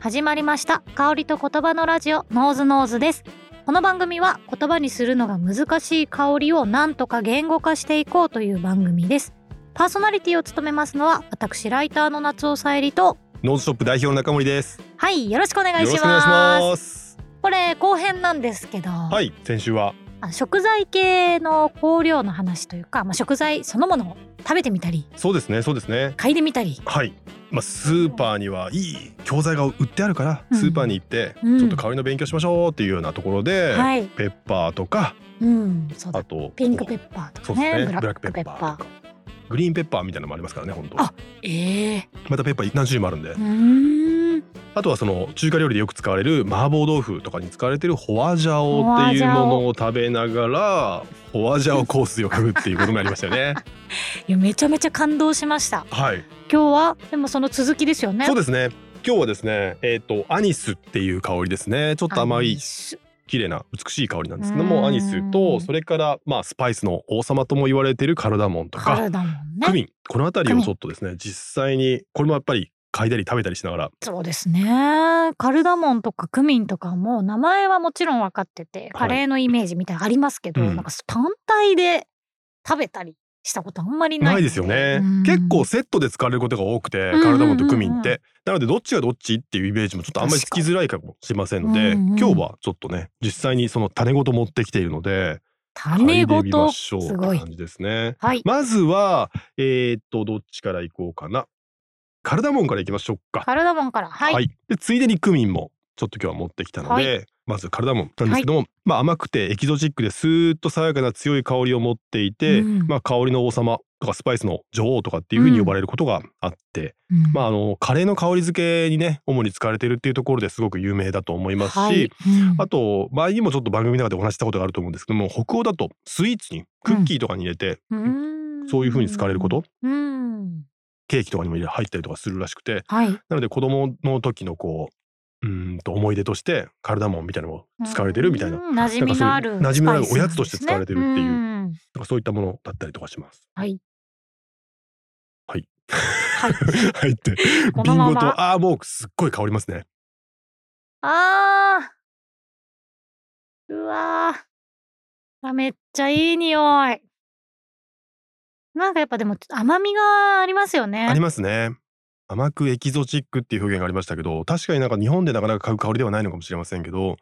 始まりました香りと言葉のラジオノーズノーズですこの番組は言葉にするのが難しい香りをなんとか言語化していこうという番組ですパーソナリティを務めますのは私ライターの夏尾さえりとノーズショップ代表の中森です。よはいよろしくお願いろしましすくお願いします。これ後編なんですけど、はい、先週はあの食材系の香料の話というか、まあ、食材そのものを食べてみたりそうですね、そうですね。嗅いでみたりはい、まあスーパーにはいい教材が売ってあるから、うんスーパーに行ってうんちょっと香りの勉強しましょうっていうようなところで、はい、ペッパーとかうん、そうあだ。とピンクペッパーとそうかですね、ブね、ブララックックペペッッパパー。ーとかグリーンペッパーみたいなのもありますからね、本当。あええまたペッパー何種類もあるんでう、ーん。あとはその中華料理でよく使われる麻婆豆腐とかに使われてるホワジャオっていうものを食べながら、ホワジャオコースを食うっていうことになりましたよ ね。いやめちゃめちゃ感動しました。はい。今日はでもその続きですよね。そうでですね。今日はですね、えっ、とアニスっていう香りですね。ちょっと甘い綺麗な美しい香りなんですけどうんも、アニスとそれからまあスパイスの王様とも言われているカルダモンとカかルダモンクね。ミン、この辺りクをミンちょっとですね、実際にこれもやっぱり嗅いだり食べたりしながら、そうですね。カルダモンとかクミンとかも名前はもちろん分かってて、カレーのイメージみたいなのありますけど、うんなんか単体で食べたりしたことあんまりないないですよねうん。結構セットで使われることが多くて、うんカルダモンとクミンっうんうんうんて、なのでどっちがどっちっていうイメージもちょっとあんまりつきづらいかもしれませんので、うんうん今日はちょっとね、実際にその種ごと持ってきているので、種ご嗅いでみまと。しょうっすてごい感じですね。はい。まずは、えー、っと、どっちから行こうかな。カルダモンから行きましょうか。カルダモンから。はい。で、ついでにクミンも、ちょっと今日は持ってきたので、まずカルダモンなんですけども、まあ甘くてエキゾチックでスーッと爽やかな強い香りを持っていて、うんまあ香りの王様とかスパイスの女王とかっていう風に呼ばれることがあって、うんまああの、カレーの香り付けにね、主に使われているっていうところですごく有名だと思いますし、はいうんあと前にもちょっと番組の中でお話ししたことがあると思うんですけども北欧だとスイーツにクッキーとかに入れて、うんそういう風に使われること、うん。ケーキとかにも入れ入ったりとかするらしくてはい。なので子供の時のこううーんと思い出としてカルダモンみたいなのも使われてるみたいな,、うん馴染みのあるなんかそういう馴染みのあるスパイスおやつとして使われてるっていうんですねそういったものだったりとかします。はいはいはい 入ってこの瓶ままごとああもうすっごい香りますね。んあーうわーあめっちゃいい匂いなんかやっぱでも甘みがありますよねありますね。甘くエキゾチックっていう表現がありましたけど確かになんか日本でなかなか買う香りではないのかもしれませんけど、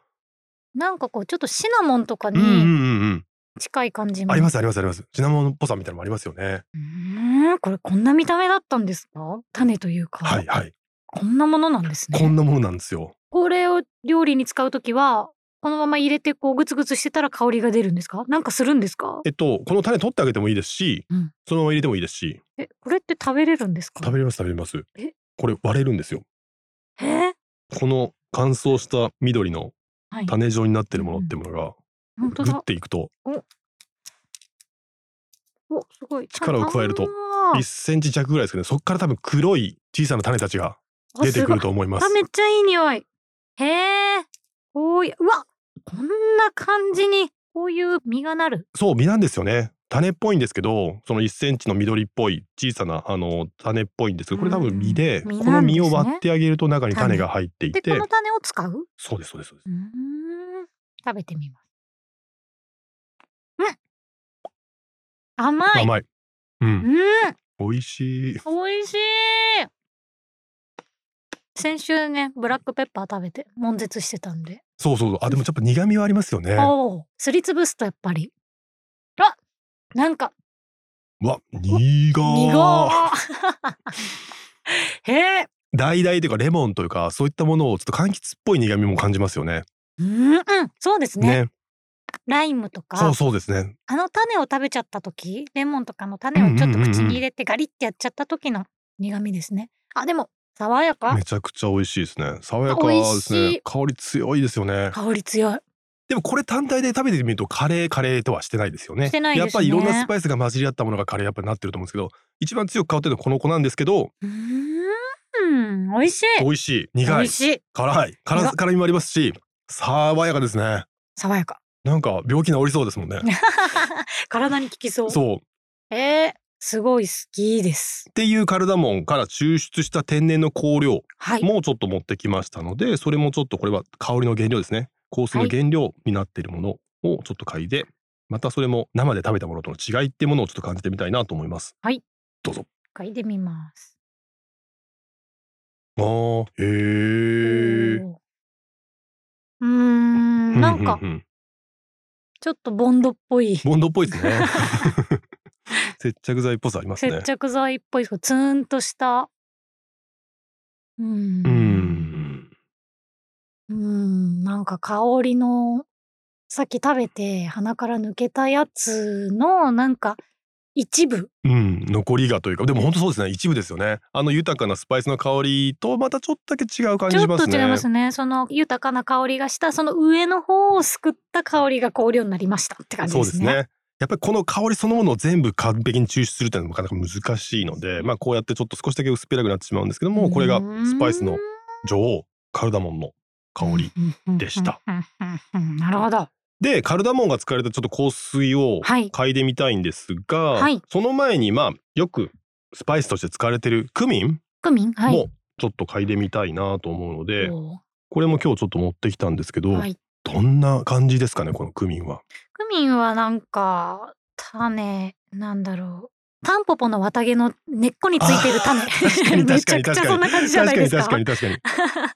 なんかこうちょっとシナモンとかうんうんにうんうん近い感じもありますありますありますシナモンっぽさみたいなのもありますよねうーんこれこんな見た目だったんですか種というか、はいはいこんなものなんですねこんなものなんですよこれを料理に使うときは、このまま入れてこうグツグツしてたら香りが出るんですかなんかするんですかえっとこの種取ってあげてもいいですし、うんそのまま入れてもいいですしえ、これって食べれるんですか食べれます食べれますえこれ割れるんですよえこの乾燥した緑のはい。種状になってるものってものが本当グッだ。ていくとお、すごい。力を加えるとあー1センチ弱ぐらいですけどねそこから多分黒い小さな種たちがあ出てくるすと思いまごいすあ、めっちゃいい匂い。へえ。こういう、うわこんな感じに、こういう実がなる。そう実なんですよね種っぽいんですけどその1センチの緑っぽい小さなあの種っぽいんですけどこれ多分実で、うん実この実なんをですね割ってあげると中に種が入っていで、てこの種を使ううそうですそうですそうですーん。食べてみます。うん甘い甘いうんうん美味しい美味しい先週ねブラックペッパー食べて悶絶してたんで、そうそうそうあでもやっぱ苦味はありますよねおおすりつぶすとやっぱりあなんかうわ苦ー苦 へえ大々というかレモンというかそういったものをちょっと柑橘っぽい苦味も感じますよねうんうんそうですねねライムとかそうそうですねあの種を食べちゃった時レモンとかの種をちょっと口に入れてガリってやっちゃった時の苦味ですねあでも爽やかめちゃくちゃ美味しいですね爽やか美で味すしいね香り強いですよね香り強いでもこれ単体で食べてみるとカレーカレーとはしてないですよねしてないですねやっぱりいろんなスパイスが混じり合ったものがカレーやっぱりなってると思うんですけど一番強く香ってるのはこの子なんですけどうーん美味しい美味しい美苦い味しい辛い辛辛みもありますし爽やかですね爽やか なんか病気治りそうですもんね体に効きそう。そうえすごい好きです。ていうカルダモンから抽出した天然の香料はい。もうちょっと持ってきましたのでそれもちょっとこれは香りの原料ですね香水の原料になっているものをちょっと嗅いでまたそれも生で食べたものとの違いってものをちょっと感じてみたいなと思いますはいどうぞ嗅いでみます。あーへえおーうーん、なんかちょっとボンドっぽいボンドっぽいですね 接着剤っぽさありますね接着剤っぽいそうツーンとした。うーん。うーんうーんなんか香りのさっき食べて鼻から抜けたやつのなんか一部うん残りがというかでも本当そうですね一部ですよねあの豊かなスパイスの香りとまたちょっとだけ違う感ちじょしっますとね違いますねその豊かな香りがしたその上の方をすくった香りが香料になりましたって感じそうでですすね。ね。やっぱりこの香りそのものを全部完璧に抽出するっていうのはなかなか難しいので、まあこうやってちょっと少しだけ薄っぺらくなってしまうんですけども、これがスパイスの女王カルダモンの香り。りでした。うんうんうんうんなるほど。で、カルダモンが使われたちょっと香水をはい。嗅いでみたいんですが、はいその前にまあよくスパイスとして使われてるクミンクミンはい。もちょっと嗅いでみたいなと思うので、おこれも今日ちょっと持ってきたんですけど、ーはい。どんな感じですかねこのクミンは。クミンはなんか種なんだろうタンポポの綿毛の根っこについてる種 あー確かにめちゃ確かくにちゃそんな感じじゃないですか確かに確かに確か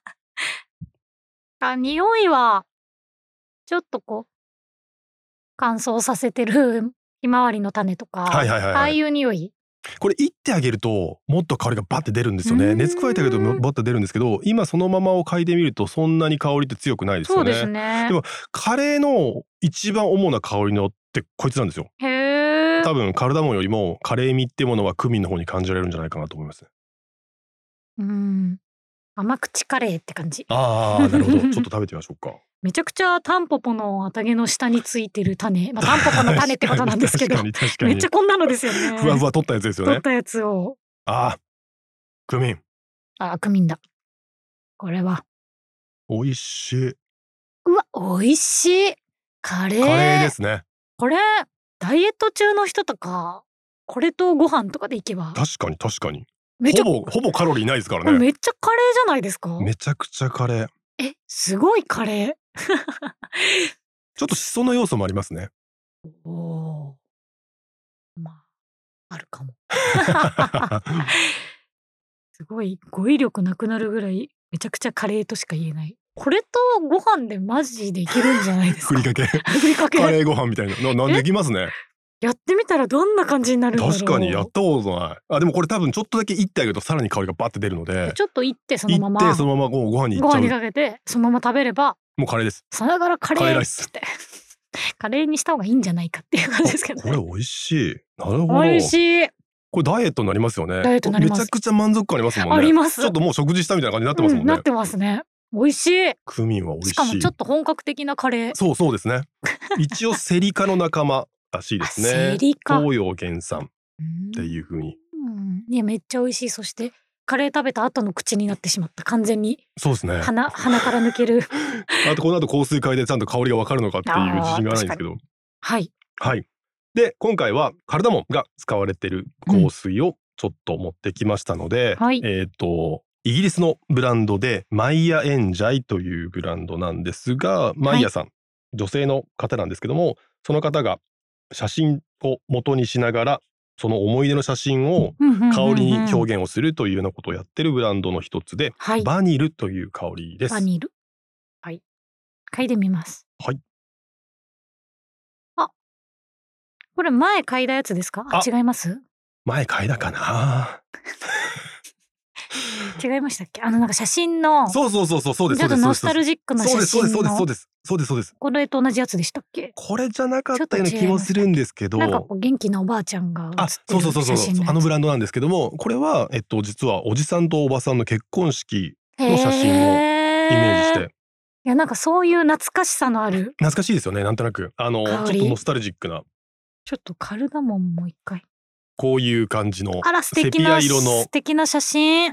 あ匂いはちょっとこう乾燥させてるひまわりの種とか、に。はいはいはい、はい。ああいう匂いこれいってあげるともっと香りがバッて出るんですようーねん熱加えてあげるとバッて出るんですけど今そのままを嗅いでみるとそんなに香りって強くないですそようねですねでもカレーの一番主な香りのってこいつなんですよへえ多分カルダモンよりもカレー味ってものはクミンの方に感じられるんじゃないかなと思いますねうん甘口カレーって感じああなるほど ちょっと食べてみましょうかめちゃくちゃタンポポの綿毛の下についてる種、まあ、タンポポの種ってことなんですけど 確かに確かめにっちゃこんなのですよねふわふわ取ったやつですよ取ねったやつをああクミンあクミンだこれは美味しいうわ美味しいカレーカレーですねこれダイエット中の人とかこれとご飯とかでいけば確かに確かにめちゃほぼほぼカロリーないですからねめっちゃカレーじゃないですかめちゃくちゃカレーえすごいカレちょっとしその要素もありますね。ーおーまあある かもすごい語彙力なくなるぐらいめちゃくちゃカレーとしか言えないこれとご飯でマジでいけるんじゃないですふ かりかけ。ふりかけカレーご飯みたいな。な、なえできますね。やってみたらどんな感じになるんだろう確かにやったことない。あ、でもこれ多分ちょっとだけいってあげるとさらに香りがバッて出るので。ちょっと行ってそいのっままてそのままご飯に行っごちゃ飯うに。かけてそのまま食べればもうカレーです。さながらカレカレーーラっイつスって カレーにした方がいいんじゃないかっていう感じですけどこれね。美味しい。なるほど。美味しい。これダイエットになりますよね。ダイエットになりますめちゃくちゃ満足感ありますもんね。ありますちょっともう食事したみたいな感じになってますもんうんね。なってますね。美味しい。クミンは美味しい。しかもちょっと本格的なカレー。そうそうですね。一応セリ科の仲間らしいですね。あセリ科東洋原産ってういうふうに。ん。いやめっちゃ美味しい。そしてカレー食べた後の口になってしまった。完全にそうですね。鼻鼻から抜ける。 あとこの後香水嗅いでちゃんと香りがわかるのかっていう自信がないんですけど。はい。はい。で、今回はカルダモンが使われてる香水をちょっと持ってきましたので、はいえっ、と、イギリスのブランドでマイヤエンジャイというブランドなんですが、マイヤさん、女性の方なんですけども、その方が写真を元にしながら、その思い出の写真を香香りに表現をするというようなことをやってるブランドの一つで、はい。バニルという香りですバ。ニル。はい。嗅いでみます。はい。あ、これ前嗅いだやつですか？ああ違います？前嗅いだかな違いましたっけ？あのなんか写真のちょそうそうそうそうそうでっすそうでとすノスタルジックなそう写ですそ真うですそうですそうのですそうですそうですこれと同じやつでしたっけ？これじゃなかったような気もするんですけどなんかこう元気なおばあちゃんがあ写ってそうるそうそうそう写真のやつあのブランドなんですけどもこれはえっと実はおじさんとおばさんの結婚式の写真をイメージしへていやなんかそういう懐かしさのある懐かしいですよねなんとなくあのちょ香っりとノスタルジックなちょっとカルダモンもう一回こういう感じのあら素セ敵ピなア色の素敵な写真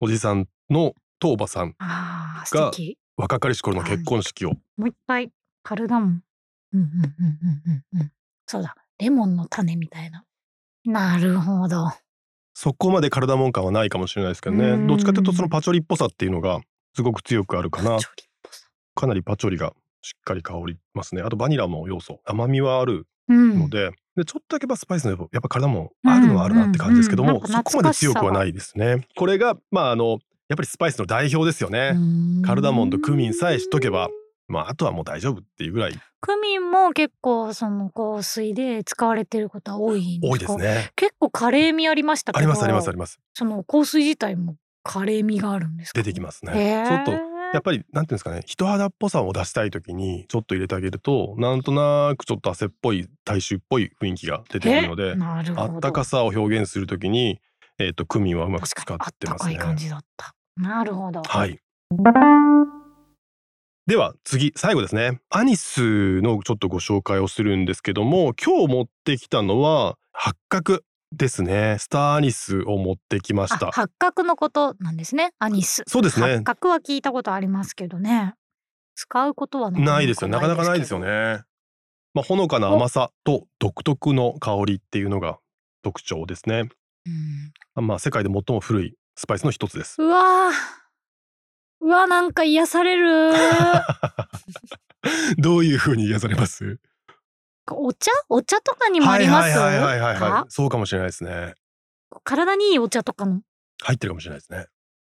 おじさんのとおばさんあー素が敵若かりし頃の結婚式をもう一回カルダモンうんうんうんうんうんうんそうだレモンの種みたいななるほど。そこまで体もん感はないかもしれないですけどうねんどっちかというとそのパチョリっぽさっていうのがすごく強くあるかなちょりっぽさかなりパチョリがしっかり香りますねあとバニラも要素甘みはあるうんので,、でちょっとだけやっぱスパイスのやっぱ体もあるのはあるなって感じですけども、うんうんうんなんかそこ懐かまでしさ強はくはないですねこれがまああのやっぱりスパイスの代表ですよね、カルダモンとクミンさえしとけばまああとはもう大丈夫っていうぐらいクミンも結構その香水で使われてることは多いんですか多いですね結構カレー味ありましたけどありますありますありますその香水自体もカレー味があるんですか出てきますね、へーちょっとやっぱりなんていうんですかね人肌っぽさを出したい時にちょっと入れてあげるとなんとなくちょっと汗っぽい大衆っぽい雰囲気が出てくるのえでなるほあどったかさを表現する時に、えー、とクミンはうまく使確っかにあってたますかいね。感じだったなるほどはいでは次最後ですねアニスのちょっとご紹介をするんですけども今日持ってきたのは八角ですねスターアニスを持ってきましあた八角のことなんですねアニスそうですね八角は聞いたことありますけどね使うことはなかなかないですよなかなかないですよねまあ、ほのかな甘さと独特の香りっていうのが特徴ですねうんまあ世界で最も古いスパイスの一つですうわーうわなんか癒され るなんかどういう風に癒されますお茶お茶とかにもありますはいはいはいはいはい、はかい、そうかもしれないですね体にいいお茶とかの入ってるかもしれないですね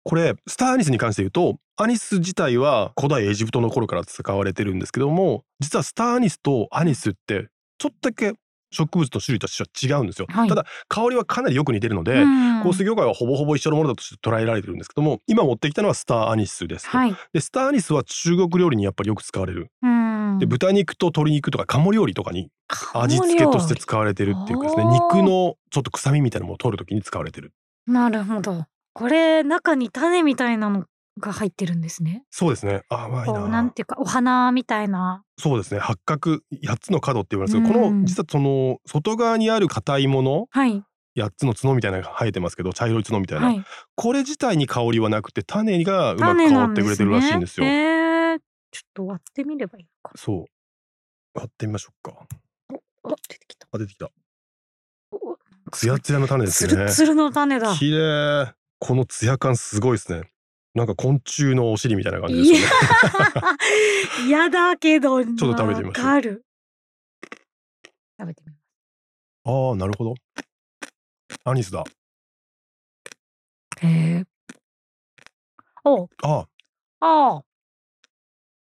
これスターアニスに関して言うとアニス自体は古代エジプトの頃から使われてるんですけども実はスターアニスとアニスってちょっとだけ植物の種類としては違うんですよ、はいただ香りはかなりよく似てるので、うん香水業界はほぼほぼ一緒のものだとして捉えられてるんですけども今持ってきたのはスターアニスですと、はいでスターアニスは中国料理にやっぱりよく使われる、うんで豚肉と鶏肉とか鴨料理とかに味付けとして使われてるっていうかですね鴨料理肉のちょっと臭みみたいなものを取るときに使われてるなるほどこれ中に種みたいなのが入ってるんですねそうですねあまあいいこなうなんていうかお花みたいなそうですね八角八つの角って言われますけど、うこんの実はその外側にある硬いものはい八つの角みたいなのが生えてますけど茶色い角みたいな、はいこれ自体に香りはなくて種がうまく種香なっんてでくれてするねらしいんですよ。えーちょっと割ってみればいいのかそう割ってみましょうか。なあ出てきたあ出てきた。おツヤツヤの種ですつね。るつるの種だ綺麗。このツヤ感すごいですね。なんか昆虫のお尻みたいな感じですいよやね。嫌だけどちょょっと食べてみましょうかる食べてみますああなるほど。アニスだ。へえおあああ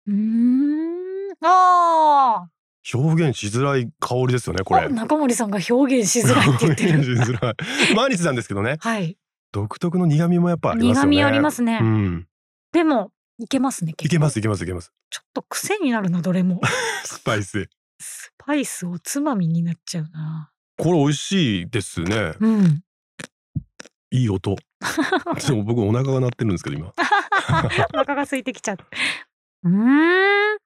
うーんああー表現しづらい香りですよねこれあ。中森さんが表現しづらいって言ってる。表現しづらい。まあアニスなんですけどね。はい。独特の苦味もやっぱありますよ苦ね。味ありますね。うん。でもいけますね。い結構けますいけますいけます。ちょっと癖になるなどれ も。スパイス。スパイスおつまみになっちゃうな。これ美味しいですね。うん。 いい音。でも僕お腹が鳴ってるんですけど今。お腹が空いてきちゃう。うーん。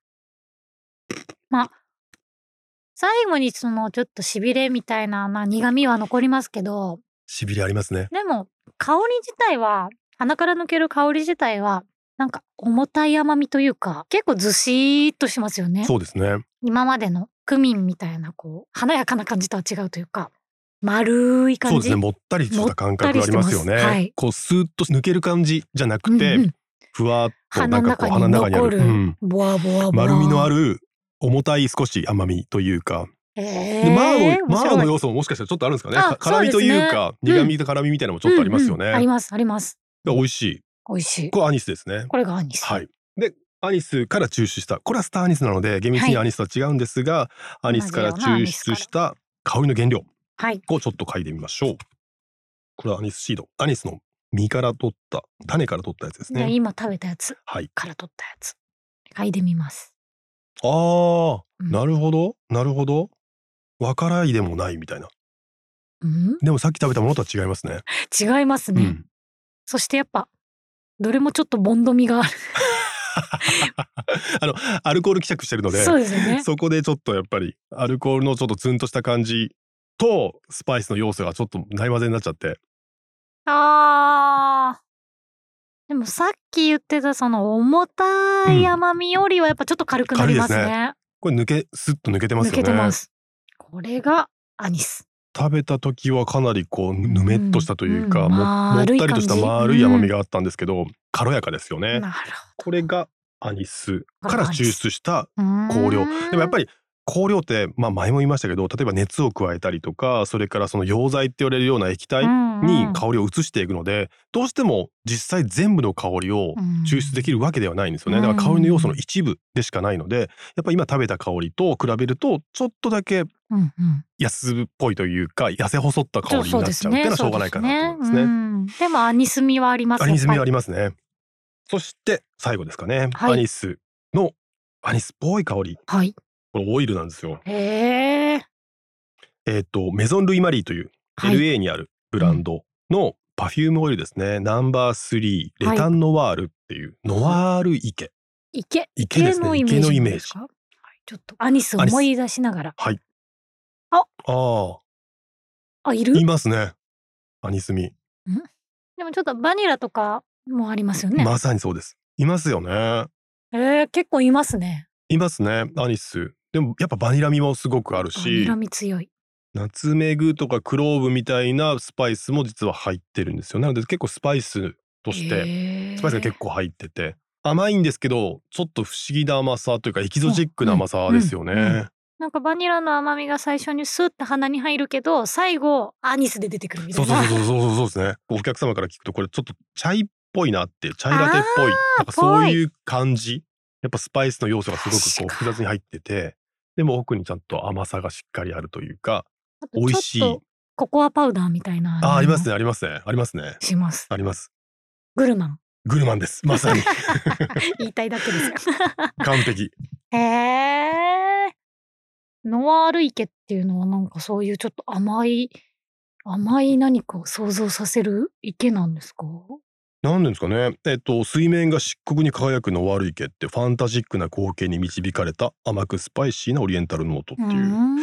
まあ最後にそのちょっとしびれみたいな、まあ、苦味は残りますけどしびれありますね。でも香り自体は鼻から抜ける香り自体はなんか重たい甘みというか結構ずしーっとしますよね。そうですね。今までのクミンみたいなこう華やかな感じとは違うというか丸いそう感でじすね。もったりとした感覚もあったりしりてまますすよね。はいこうスーッと抜ける感じじゃなくて、うんうんふわっとな鼻んのかこ中うに鼻の中にあ残る、るうん、ボワボワボワ丸みのある重たい少し甘みというか、えでー、マーの面マ白いーの要素ももしかしたらちょっとあるんですかね。あか辛みというかそうですね苦味と辛みみたいなのもちょっとありますよね。うんうんありますありますで美味しい。美味しいこれアニスですね。これがアニス、はい。で、アニスから抽出した、これはスターアニスなので、厳密にはアニスとは違うんですが、アニスから同じような抽出した香りの原料はいをちょっと嗅いでみましょう。これはアニスシード、アニスの実から取った、種から取ったやつですでね。今食べたやつはい。から取ったやつ嗅いでみます、あー、うんなるほど、なるほど。わからいでもないみたいな。うん、でもさっき食べたものとは違いますね。違いますうね、ん。そしてやっぱどれもちょっとボンド味があるあの、アルコール希釈してるので、そうですよねそこでちょっとやっぱり、アルコールのちょっとツンとした感じと、スパイスの要素がちょっとない混ぜになっちゃって、あーでもさっき言ってたその重たい甘みよりはやっぱちょっと軽くなりますね。これ抜け、スッと抜けてます抜よね。けてます。これがアニス。食べた時はかなりこうぬめっとしたというか、うんうんももっ丸いたりとした感じ丸い甘みがあったんですけど、軽やかですよね、なるこれがアニスあからアニス抽出したほど香料でもやっぱりり香料って、まあ、前も言いましたけど例えば熱を加えたりとかそれからその溶剤って言われるような液体に香りを移していくので、どうしても実際全部の香りを抽出できるるわけではないんですよね、うんだから香りの要素の一部でしかないのでやっぱり今食べた香りと比べるとちょっとだけうんうん安っぽいというか痩せ細った香りにそうなっでちすゃうってねいうのはしょうがないかなと思いますそうですねうね。んでもアニスミはありますアニス味はありりますね。そして最後ですかね、はいアニスのアニスっぽい香りはいこれオイルなんですよ。へええっ、とメゾン・ルイ・マリーというはい LA にあるブランドのパフュームオイルですね、ナンバー3レタン・ノワールっていう、ノワール池池池ですね池池ののイイメメーージジかはいちょっとアニスを思い出しながらああいあるいますねアニスミ、でもちょっとバニラとかもありますよね、まさにそうですいますよねえー、結構いますねいますねアニスでもやっぱバニラ味もすごくあるバニしラ味強いナツメグとかクローブみたいなスパイスも実は入ってるんですよなので結構スパイスとして、てスパイスが結構入ってて甘いんですけどちょっと不思議な甘さというかエキゾチックな甘さですよね、うんうんうんなんかバニラの甘みが最初にスッて鼻に入るけど最後アニスで出てくるみたそういそなうそうそうそうそうですねお客様から聞くとこれちょっとチャイっぽいなってチャイラテっぽいなんかそういう感じやっぱスパイスの要素がすごくこう確か複雑に入っててでも奥にちゃんと甘さがしっかりあるというか あと美味しいちょっとココアパウダーみたいなあありますねねありますねありますねしますありますグルマン グルマン ですまさに言いたいだけです完璧よ へえノワール池っていうのはなんかそういうちょっと甘い甘い何かを想像させる池なんですかなんですかねえっと水面が漆黒に輝くの悪い毛ってファンタジックな光景に導かれた甘くスパイシーなオリエンタルノートってういーう、ん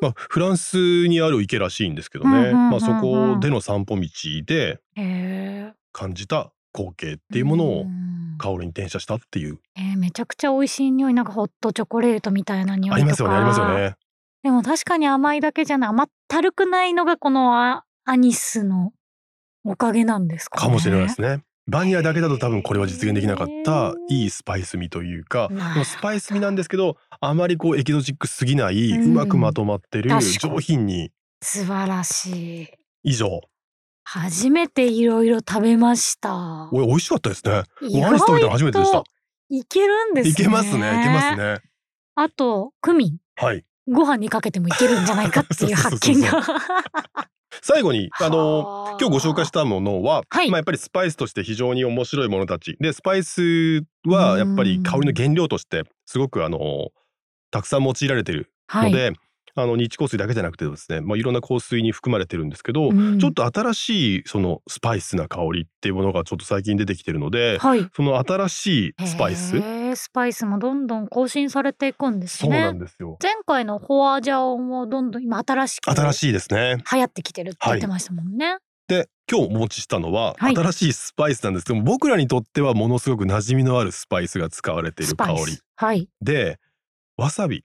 まあ、フランスにある池らしいんですけどうんうんね、うんうんまあ、そこでの散歩道でへえ感じた光景っていうものをん香りに転写したっていう、えーめちゃくちゃ美味しい匂いなんかホットチョコレートみたいな匂いとかありますよねありますよねでも確かに甘いだけじゃない甘ったるくないのがこのアアニスのおかげなんですか、ね、かもしれないですねバニラだけだと多分これは実現できなかったいいスパイス味というかなるほどでもスパイス味なんですけどあまりこうエキゾチックすぎない、ううんまくまとまってる確かに上品に素晴らしい以上初めていろいろ食べましたおい美味しかったですね意おアニス食べたの初めてでした外といけるんですねいけますねいけますねあとクミンはいご飯にかけてもいけるんじゃないかっていう発見そが最後にあの はあ今日ご紹介したものは、はいまあ、やっぱりスパイスとして非常に面白いものたちでスパイスはやっぱり香りの原料としてすごくあのたくさん用いられているはのいで、あの日香水だけじゃなくてですね、まあ、いろんな香水に含まれてるんですけど、うんちょっと新しいそのスパイスな香りっていうものがちょっと最近出てきてるので、はいその新しいスパイス、へースパイスもどんどん更新されていくんですそうねなんですよ前回のフォアジャオもどんどん今新しく新流しいですね行ってきてるって言ってましたもんね。で今日お持ちしたのは、はい新しいスパイスなんですけども僕らにとってはものすごく馴染みのあるスパイスが使われているス香パイりス。はい。でわさび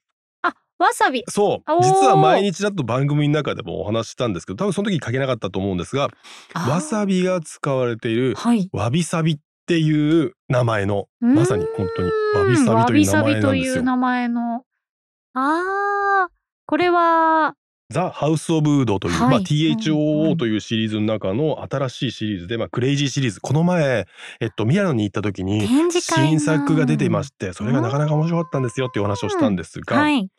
わさび。そうおー実は毎日だと番組の中でもお話ししたんですけど多分その時に書けなかったと思うんですがわさび。びが使われているはい。わびさびっていう名前のまさに本当にわびさびというーんわびさびう名前なんですというよ。名前の。ああ、これは。ザ・ハウス・オブ・ウードといはう、いまあ、うんう THOO んというシリーズの中の新しいシリーズで、まあ、クレイジーシリーズこの前、えっと、ミラノに行った時に展示会の新作が出ていましてそれがなかなか面白かったんですよっていうお話をしたんですが、はい。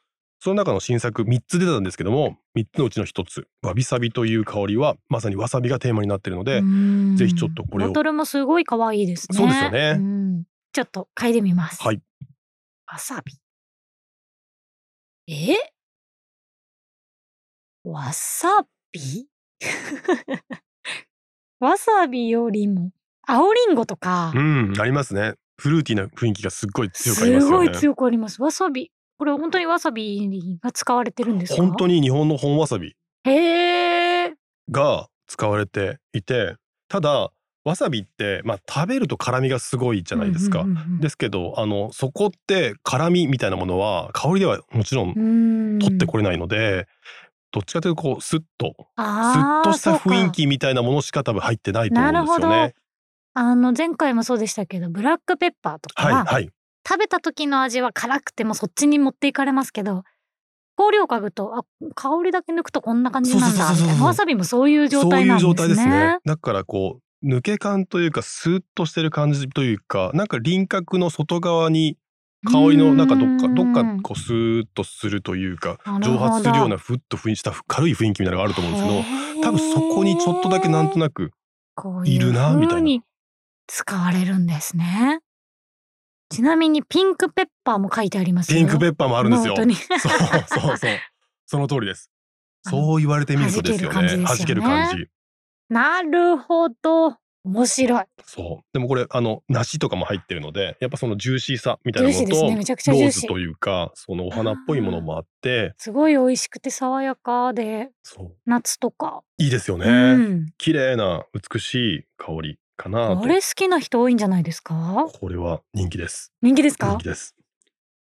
その中の新作3つ出たんですけども3つのうちの1つわびさびという香りはまさにわさびがテーマになってるので、ぜぜひちょっとこれをボトルもすごい可愛いですね。そうですよねうんちょっと嗅いでみます。はい。わさび。えわさび わさびよりも、青りんごとかう、んありますねフルーティーな雰囲気がすっごい強くありますすよごいね強くあります。わさび。これ本当にわさびが使われてるんですか本当に。に日本の本わさびへえ。が使われていてただわさびって、まあ、食べると辛みがすごいじじ。ゃないですか、ですすけどあのそこって辛みみたいなものは香りではもちろんうん。取ってこれないので、どっちかというとこうスッとスあッーとした雰囲そうか気みたいなものしか多分入ってないと思うんですよなるね。あの前回もそうでしたけどブラックペッパーとかはいははい食べた時の味は辛くてもそっちに持っていかれますけど香料嗅ぐとあ香りだけ抜くとこんな感じなんそうだそうそうみそたういなわさびもそういう状そう態いなうんですね状態ですね。だからこう抜け感というかスーッとしてる感じというかなんか輪郭の外側に香りのなんかどっかうーんどっかこうスーッとするというかなるほ蒸ど発するようなふっとふんした軽い雰囲気みたいなのがあると思うんですけどへー多分そこにちょっとだけなんとなくこういるなみたいな風に使われるんですね。ちなみにピンクペッパーも書いてありますよ。ピンクペッパーもあるんですよ。ノートにそうそうそうその通りです。あのそう言われてみるとですよね。弾弾けけるる感感じですよねじ。 なるほど。面白い。そう。でもこれあの梨とかも入ってるので、やっぱそのジューシーさみたジいューシーなのですと、ね。めちゃくちゃロジューーズシとー。いうかそのお花っぽいものもあって、すごい美味しくて爽やかで、そう夏とか。いいですよね。うん。綺麗な美しい香りかなとこ。れ好きな人多いんじゃないですかこれは人気です。人気ですか人気です。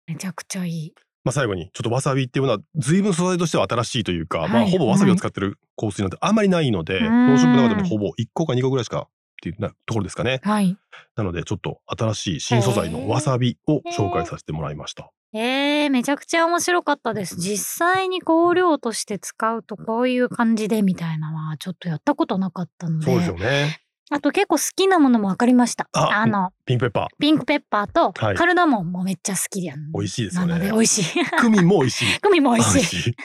めちゃくちゃいい。まあ最後にちょっとわさびっていうのは随分素材としては新しいというか、はいまあほぼわさびを使ってる香水なんてあまりないので、うん農食の中でもほぼ1個か2個ぐらいしかっていうなところですかね。はい。なのでちょっと新しい新素材のわさびを紹介させてもらいました。えー、めちゃくちゃ面白かったです。実際に香料として使うとこういう感じでみたいなのはちょっとやったことなかったので。そうですよね。あと結構好きなものも分かりました。ああの、ピンクペッパピンクペッパーとはいカルダモンもめっちゃ好きで、美味しいですよねなので美味しい。 ー、クミンも美味しい。グミも美味しい。しい。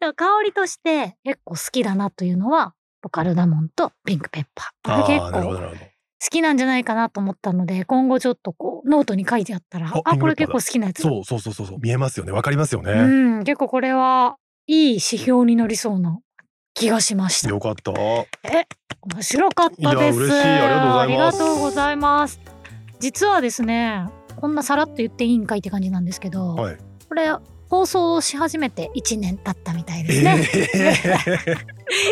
でも香りとして結構好きだなというのは、カルダモンとピンクペッパー。あこあれー、結なるほ構どなるほど。好きなんじゃないかなと思ったので、今後ちょっとこう、ノートに書いてあったら、おあ、ピンこクれペ結ッパー構好だきなやつだそうそうそうそうそう見えますよね。わかりますよね。うん、結構これはいい指標になりそうな気がしました。よかった。面白かったです。いや嬉しいありがとうごありがとうございます。実はですね、こんなさらっと言っていいんかいって感じなんですけど、はい。これ放送をし始めて1年経ったみたいでえすね。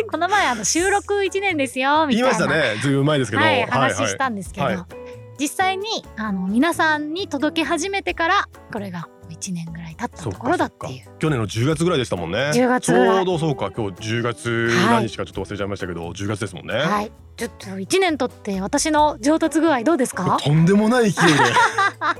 ー、この前あの収録1年ですよみ言いたいまなしたね。ずいぶん前ですけど。はい、話したんですけど、はい実際にあの皆さんに届け始めてからこれが1年ぐらい経ったそとうかころだっていうそ。か去年の10月ぐらいでしたもんね10月ぐらいちょうどそうか今日10月何日かちょっと忘れちゃいましたけど、10月ですもんね、はい、ちょっと一年とって私の上達具合どうです か？とんでもな い勢いあ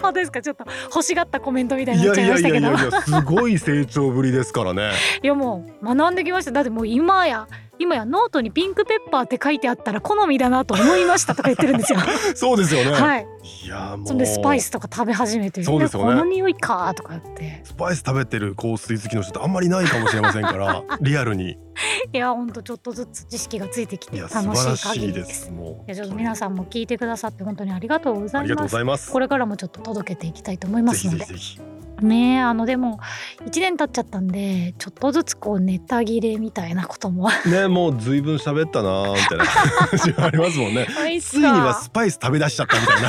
どうですかちょっと欲しがったコメントみたいでにいなっやちゃいいまやしたけいやいど、いややいやすごい成長ぶりですからねもう学んできました。だってもう今や今やノートにピンクペッパーって書いてあったら好みだなと思いましたとか言ってるん ですよ。そうですよね、はい。い、やもうそんでスパイスとか食べ始めて、そうですよねこの匂いかとか言 って、スパイス食べてる香水好きの人ってあんまりないかもしれませんからリアルにいや本当ちょっとずつ知識がついてきいてや楽素晴らしい限しりいで。ですすもいうやちょっと皆さんも聞いてくださって本当にありがとうござあいりがまとうごす。ざいますこれからもちょっと届けていきたいと思いまぜすひのぜでひぜひねえあのでも1年経っちゃったんでちょっとずつこうネタ切れみたいなこともねもうずいぶん喋ったなーみたいな 感じがありますもんねつい ついにはスパイス食べ出しちゃったみ たいな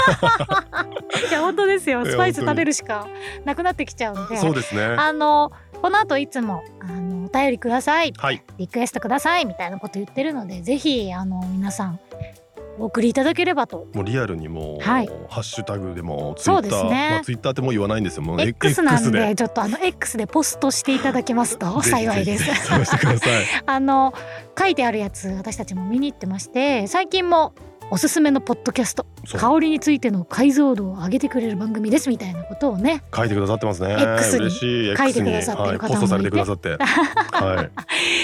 いや本当ですよいやスパイス本当に食べるしかなくなってきちゃうんでそうですねあのこの後いつもあのお便りくださいはいリクエストくださいみたいなこと言ってるのでぜひあの皆さんお送りいただければともうリアルにもう、はいハッシュタグでもツイそうッでタすー、ねまあツイッターってもう言わないんですよもう X なんで X ちょっとあの X でポストしていただけますとぜひ幸いですぜひぜひ探してくださ いあの書いてあるやつ私たちも見に行ってまして最近もおすすめのポッドキャストそう香りについての解像度を上げてくれる番組ですみたいなことをね書いてくださってますね X に嬉しい書いて X くにださってはるい、方もいてポストされてくださって は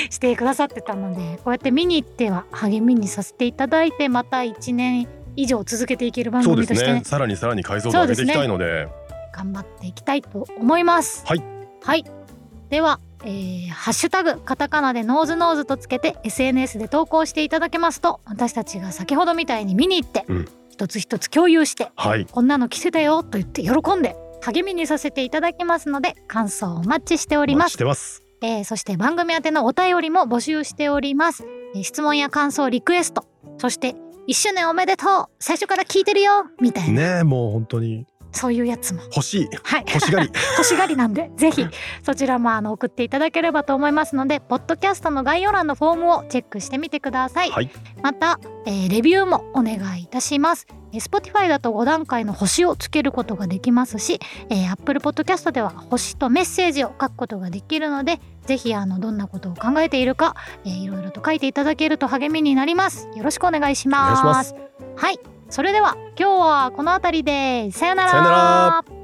いしてくださってたのでこうやって見に行っては励みにさせていただいてまた1年以上続けていける番そうで組としすてねねさらにさらに解像度を上げていきたいので頑張っていきたいと思いますはい、はい、では、えーハッシュタグカタカナでノーズノーズとつけて SNS で投稿していただけますと私たちが先ほどみたいに見に行って、うん一つ一つ共有してはいこんなの着せたよと言って喜んで励みにさせていただきますので感想をお待ちしておりおま待ちすし、てますえーそして番組宛てのお便りも募集しております、えー質問や感想リクエストそして一周年おめでとう最初から聞いてるよみたいな、ねえもう本当にそういうやつも欲しいはい欲しがり欲しがりなんでぜひそちらもあの送っていただければと思いますのでポッドキャストの概要欄のフォームをチェックしてみてください、はいまた、えーレビューもお願いいたしますえ Spotify だと5段階の星をつけることができますし、えー、Apple Podcast では星とメッセージを書くことができるのでぜひあのどんなことを考えているか、えー、いろいろと書いていただけると励みになりますよろしくお願いしますお願いしますはいそれでは今日はこの辺りでさよならさよなら